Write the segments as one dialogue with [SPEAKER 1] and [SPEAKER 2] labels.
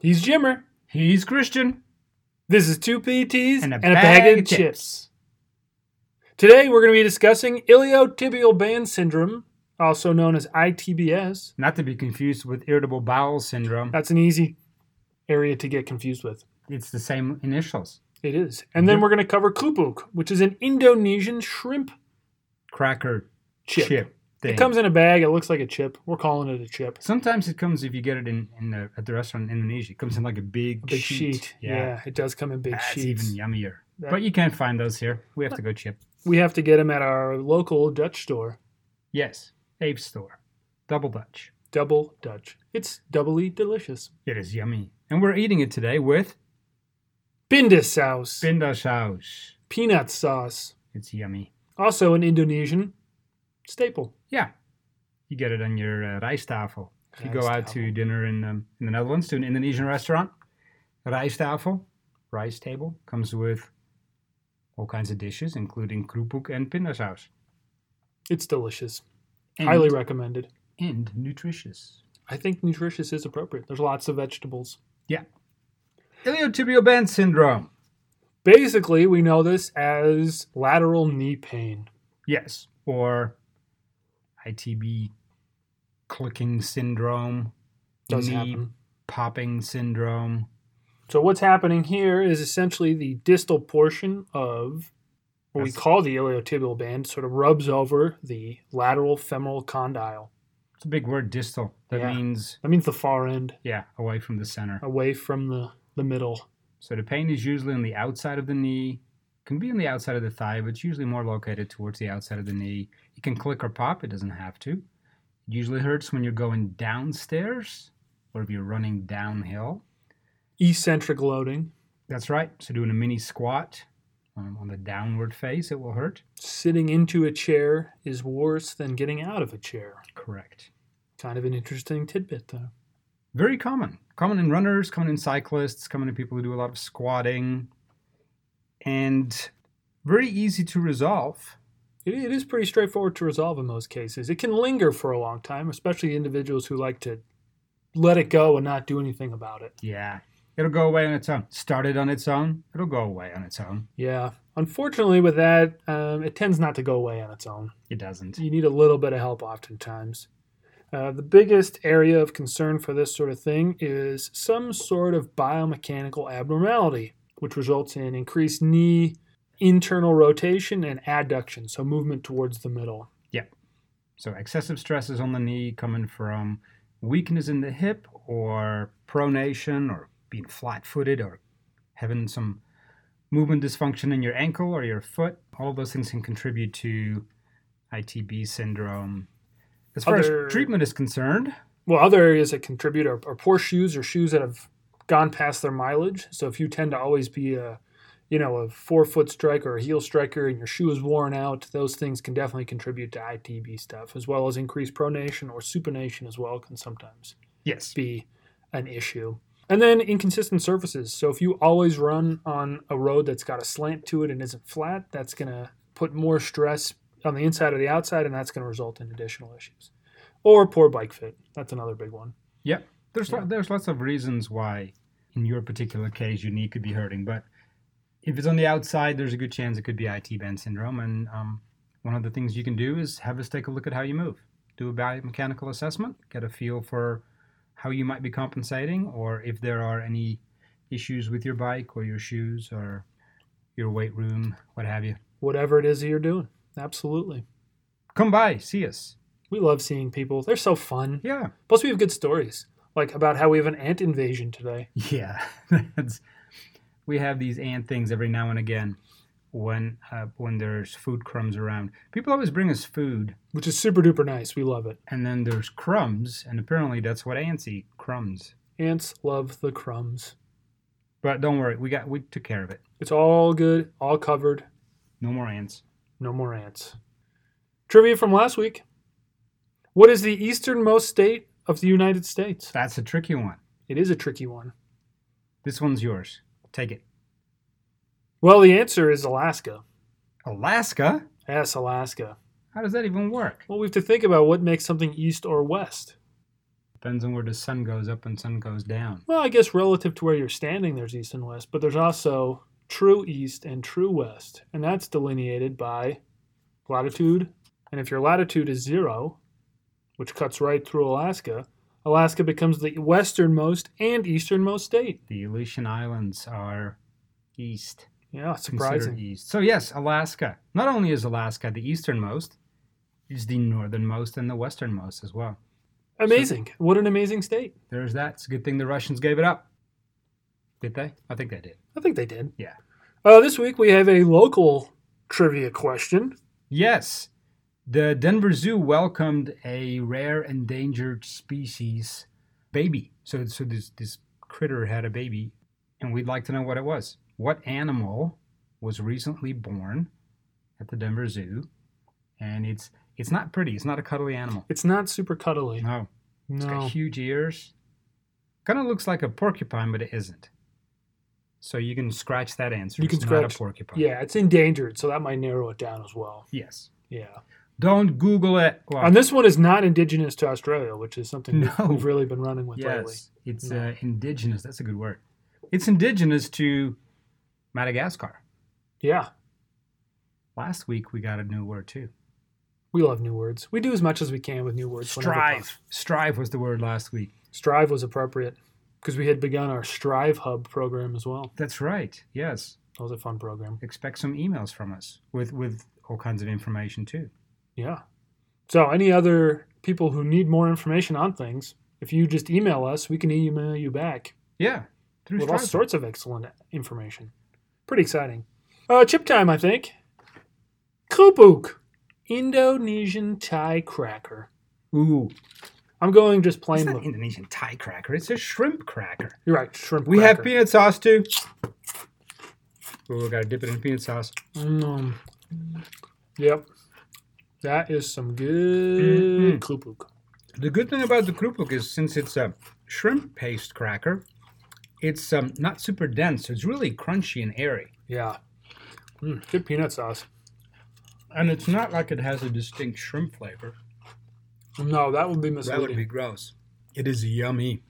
[SPEAKER 1] He's Jimmer. He's Christian. This is two PTs
[SPEAKER 2] And a
[SPEAKER 1] bag,
[SPEAKER 2] bag
[SPEAKER 1] of
[SPEAKER 2] of
[SPEAKER 1] chips. Today we're going to be discussing iliotibial band syndrome, also known as ITBS.
[SPEAKER 2] Not to be confused with irritable bowel syndrome.
[SPEAKER 1] That's an easy area to get confused with.
[SPEAKER 2] It's the same initials.
[SPEAKER 1] It is. And then
[SPEAKER 2] Mhm.
[SPEAKER 1] we're going to cover kupuk, which is an Indonesian shrimp
[SPEAKER 2] Cracker
[SPEAKER 1] chip.
[SPEAKER 2] chip, thing.
[SPEAKER 1] It comes in a bag. It looks like a chip. We're calling it a chip.
[SPEAKER 2] Sometimes it comes if you get it in, in the, at the restaurant in Indonesia. It comes in like a big,
[SPEAKER 1] A big sheet. Yeah. it does come in big
[SPEAKER 2] That's
[SPEAKER 1] sheets.
[SPEAKER 2] even yummier.
[SPEAKER 1] That-
[SPEAKER 2] But you can't find those here. We have to go chip.
[SPEAKER 1] We have to get them at our local Dutch store,
[SPEAKER 2] Yes. Ape store. Double Dutch.
[SPEAKER 1] Double Dutch. It's doubly delicious.
[SPEAKER 2] It is yummy. And we're eating it today with
[SPEAKER 1] Bindis sauce,
[SPEAKER 2] Bindashaus.
[SPEAKER 1] peanut sauce,
[SPEAKER 2] It's yummy.
[SPEAKER 1] also an Indonesian staple.
[SPEAKER 2] Yeah. You get it on your uh, rijsttafel. If you go out to
[SPEAKER 1] Rijsttafel.
[SPEAKER 2] dinner in, um, in the Netherlands to an Indonesian restaurant, rijsttafel, rice table, comes with all kinds of dishes, including kroephoek and pindasaus.
[SPEAKER 1] It's delicious.
[SPEAKER 2] And,
[SPEAKER 1] Highly recommended.
[SPEAKER 2] and nutritious.
[SPEAKER 1] I think nutritious is appropriate. There's lots of vegetables.
[SPEAKER 2] Iliotibial band syndrome.
[SPEAKER 1] Basically, we know this as lateral knee pain.
[SPEAKER 2] Yes. Or ITB clicking syndrome,
[SPEAKER 1] Does
[SPEAKER 2] knee
[SPEAKER 1] happen.
[SPEAKER 2] popping syndrome.
[SPEAKER 1] So what's happening here is essentially the distal portion of what we
[SPEAKER 2] That's-
[SPEAKER 1] call the iliotibial band sort of rubs over the lateral femoral condyle.
[SPEAKER 2] It's a big word, distal. That
[SPEAKER 1] Yeah.
[SPEAKER 2] means,
[SPEAKER 1] That means the far end,
[SPEAKER 2] yeah, away from the center.
[SPEAKER 1] away from the, the middle.
[SPEAKER 2] So the pain is usually on the outside of the knee, can be on the outside of the thigh, but it's usually more located towards the outside of the knee. It can click or pop, it doesn't have to. It usually hurts when you're going downstairs or if you're running downhill.
[SPEAKER 1] Eccentric loading,
[SPEAKER 2] That's right. So doing a mini squat um, on the downward face, it will hurt.
[SPEAKER 1] sitting into a chair is worse than getting out of a chair.
[SPEAKER 2] Correct.
[SPEAKER 1] Kind of an interesting tidbit though.
[SPEAKER 2] Very common. Common in runners, common in cyclists, common in people who do a lot of squatting. And very easy to resolve.
[SPEAKER 1] It, it is pretty straightforward to resolve in most cases. It can linger for a long time, especially individuals who like to let it go and not do anything about it.
[SPEAKER 2] Yeah. It'll go away on its own. Started on its own, it'll go away on its own.
[SPEAKER 1] Yeah. Unfortunately, with that, um, it tends not to go away on its own.
[SPEAKER 2] It doesn't.
[SPEAKER 1] You need a little bit of help oftentimes. Uh, the biggest area of concern for this sort of thing is some sort of biomechanical abnormality, which results in increased knee internal rotation and adduction, so movement towards the middle.
[SPEAKER 2] So, excessive stresses on the knee coming from weakness in the hip or pronation or being flat footed or having some movement dysfunction in your ankle or your foot. All of those things can contribute to ITB syndrome. As far
[SPEAKER 1] Other-
[SPEAKER 2] as treatment is concerned,
[SPEAKER 1] Well, other areas that contribute are, are poor shoes or shoes that have gone past their mileage. So if you tend to always be a, you know, a four foot striker or a heel striker and your shoe is worn out, those things can definitely contribute to ITB stuff, as well as increased pronation or supination as well can sometimes
[SPEAKER 2] yes,
[SPEAKER 1] be an issue. And then inconsistent surfaces. So if you always run on a road that's got a slant to it and isn't flat, that's going to put more stress on the inside or the outside, and that's going to result in additional issues. Or poor bike fit. That's another big one.
[SPEAKER 2] There's lo-
[SPEAKER 1] Yeah.
[SPEAKER 2] there's lots of reasons why, in your particular case, your knee could be hurting. But if it's on the outside, there's a good chance it could be IT band syndrome. And um, one of the things you can do is have us take a look at how you move, do a biomechanical assessment, get a feel for how you might be compensating, or if there are any issues with your bike or your shoes or your weight room, what have you.
[SPEAKER 1] Whatever it is that you're doing. Absolutely.
[SPEAKER 2] Come by, see us.
[SPEAKER 1] We love seeing people. They're so fun.
[SPEAKER 2] Yeah,
[SPEAKER 1] Plus, we have good stories, like about how we have an ant invasion today.
[SPEAKER 2] Yeah, that's, we have these ant things every now and again when uh, when there's food crumbs around. People always bring us food,
[SPEAKER 1] Which is super duper nice. We love it.
[SPEAKER 2] and then there's crumbs, and apparently that's what ants eat crumbs.
[SPEAKER 1] Ants love the crumbs.
[SPEAKER 2] But don't worry, we got we took care of it.
[SPEAKER 1] It's all good, all covered.
[SPEAKER 2] No more ants.
[SPEAKER 1] No more ants. Trivia from last week. What is the easternmost state of the United States?
[SPEAKER 2] That's a tricky one.
[SPEAKER 1] It is a tricky one.
[SPEAKER 2] This one's yours. Take it.
[SPEAKER 1] Well, the answer is Alaska.
[SPEAKER 2] Alaska.
[SPEAKER 1] Yes, Alaska.
[SPEAKER 2] How does that even work?
[SPEAKER 1] Well, we have to think about what makes something east or west.
[SPEAKER 2] Depends on where the sun goes up and sun goes down.
[SPEAKER 1] Well, I guess relative to where you're standing, there's east and west, but there's also true east and true west, and that's delineated by latitude. And if your latitude is zero, which cuts right through Alaska, Alaska becomes the westernmost and easternmost state.
[SPEAKER 2] The Aleutian Islands are east.
[SPEAKER 1] Yeah,
[SPEAKER 2] Considered
[SPEAKER 1] surprising.
[SPEAKER 2] east. So yes, Alaska. Not only is Alaska the easternmost, it's the northernmost and the westernmost as well.
[SPEAKER 1] Amazing. What an amazing state.
[SPEAKER 2] There's that. It's a good thing the Russians gave it up. Did they? I think they did.
[SPEAKER 1] I think they did.
[SPEAKER 2] Yeah.
[SPEAKER 1] Uh, this week we have a local trivia question.
[SPEAKER 2] Yes. The Denver Zoo welcomed a rare endangered species baby. So, so this, this critter had a baby, and we'd like to know what it was. What animal was recently born at the Denver Zoo? And it's it's not pretty. It's not a cuddly animal.
[SPEAKER 1] It's not super cuddly.
[SPEAKER 2] No, it's
[SPEAKER 1] No.
[SPEAKER 2] got huge ears. Kind of looks like a porcupine, but it isn't. So you can scratch that answer.
[SPEAKER 1] You can
[SPEAKER 2] it's not
[SPEAKER 1] scratch-
[SPEAKER 2] a porcupine.
[SPEAKER 1] Yeah, it's endangered, so that might narrow it down as well.
[SPEAKER 2] Yes.
[SPEAKER 1] Yeah.
[SPEAKER 2] Don't Google it. Well,
[SPEAKER 1] And this one is not indigenous to Australia, which is something we've-
[SPEAKER 2] No.
[SPEAKER 1] we've really been running with lately.
[SPEAKER 2] Yes, it's
[SPEAKER 1] No.
[SPEAKER 2] uh, indigenous. That's a good word. It's indigenous to Madagascar.
[SPEAKER 1] Yeah.
[SPEAKER 2] Last week we got a new word too.
[SPEAKER 1] We love new words. We do as much as we can with new words. whenever possible.
[SPEAKER 2] Strive was the word last week.
[SPEAKER 1] Strive was appropriate because we had begun our Strive Hub program as well.
[SPEAKER 2] That's right. Yes.
[SPEAKER 1] That was a fun program.
[SPEAKER 2] Expect some emails from us with with all kinds of information too.
[SPEAKER 1] Yeah. So, any other people who need more information on things, if you just email us, we can email you back
[SPEAKER 2] Yeah. Through
[SPEAKER 1] with all
[SPEAKER 2] Strive.
[SPEAKER 1] sorts of excellent information. Pretty exciting. Uh, chip time, I think. Kupuk, Indonesian Thai cracker.
[SPEAKER 2] Ooh.
[SPEAKER 1] I'm going just plain.
[SPEAKER 2] It's not
[SPEAKER 1] with-
[SPEAKER 2] Indonesian Thai cracker. It's a shrimp cracker.
[SPEAKER 1] You're right, shrimp.
[SPEAKER 2] We have
[SPEAKER 1] cracker.
[SPEAKER 2] peanut sauce too. Ooh, we gotta dip it in peanut sauce.
[SPEAKER 1] Mm. Yep. That is some
[SPEAKER 2] Mm-hmm.
[SPEAKER 1] good kupuk.
[SPEAKER 2] The good thing about the krupuk is since it's a shrimp paste cracker, it's um, not super dense. so It's really crunchy and airy.
[SPEAKER 1] Yeah. Mm, good peanut sauce.
[SPEAKER 2] And it's not like it has a distinct shrimp flavor.
[SPEAKER 1] No, that would be
[SPEAKER 2] That
[SPEAKER 1] misleading.
[SPEAKER 2] would be gross. It is yummy.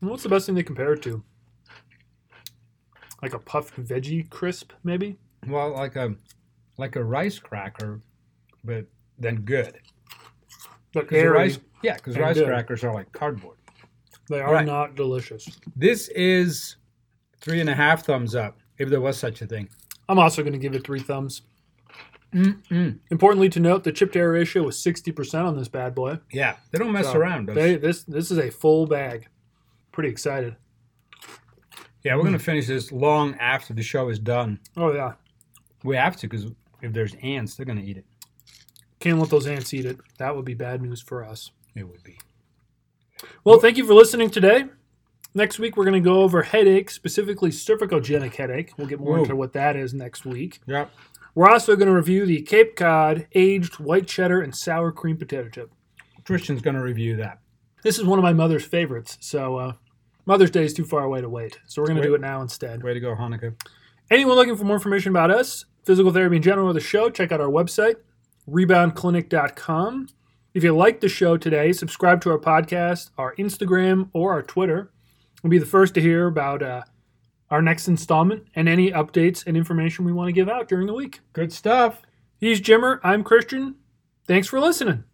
[SPEAKER 1] What's the best thing to compare it to? Like a puffed veggie crisp, maybe?
[SPEAKER 2] Well, like a like a rice cracker, but then good.
[SPEAKER 1] But
[SPEAKER 2] 'Cause the
[SPEAKER 1] airy,
[SPEAKER 2] rice, yeah, because
[SPEAKER 1] and
[SPEAKER 2] rice
[SPEAKER 1] good.
[SPEAKER 2] crackers are like cardboard.
[SPEAKER 1] they are
[SPEAKER 2] right.
[SPEAKER 1] not delicious.
[SPEAKER 2] This is three and a half thumbs up, if there was such a thing.
[SPEAKER 1] I'm also going to give it three thumbs.
[SPEAKER 2] Mm-mm.
[SPEAKER 1] Importantly to note, the chip to air ratio was 60% on this bad boy.
[SPEAKER 2] Yeah, they don't mess
[SPEAKER 1] So,
[SPEAKER 2] around. those-
[SPEAKER 1] They, this, this is a full bag. Pretty excited.
[SPEAKER 2] yeah, we're gonna finish this long after the show is done.
[SPEAKER 1] Oh, yeah.
[SPEAKER 2] We have to because if there's ants, they're gonna eat it.
[SPEAKER 1] Can't let those ants eat it. That would be bad news for us.
[SPEAKER 2] It would be.
[SPEAKER 1] Well, thank you for listening today. Next week, we're going to go over headache, specifically cervicogenic headache. We'll get more
[SPEAKER 2] Whoa.
[SPEAKER 1] into what that is next week.
[SPEAKER 2] Yep.
[SPEAKER 1] We're also going to review the Cape Cod aged white cheddar and sour cream potato chip.
[SPEAKER 2] Christian's gonna review that.
[SPEAKER 1] This is one of my mother's favorites, so uh, Mother's Day is too far away to wait, so we're going to
[SPEAKER 2] Wait.
[SPEAKER 1] do it now instead.
[SPEAKER 2] Way to go, Hanukkah.
[SPEAKER 1] Anyone looking for more information about us, physical therapy in general, or the show, check out our website, reboundclinic.com. If you like the show today, subscribe to our podcast, our Instagram, or our Twitter. We'll be the first to hear about uh, our next installment and any updates and information we want to give out during the week.
[SPEAKER 2] Good stuff.
[SPEAKER 1] He's Jimmer. I'm Christian. Thanks for listening.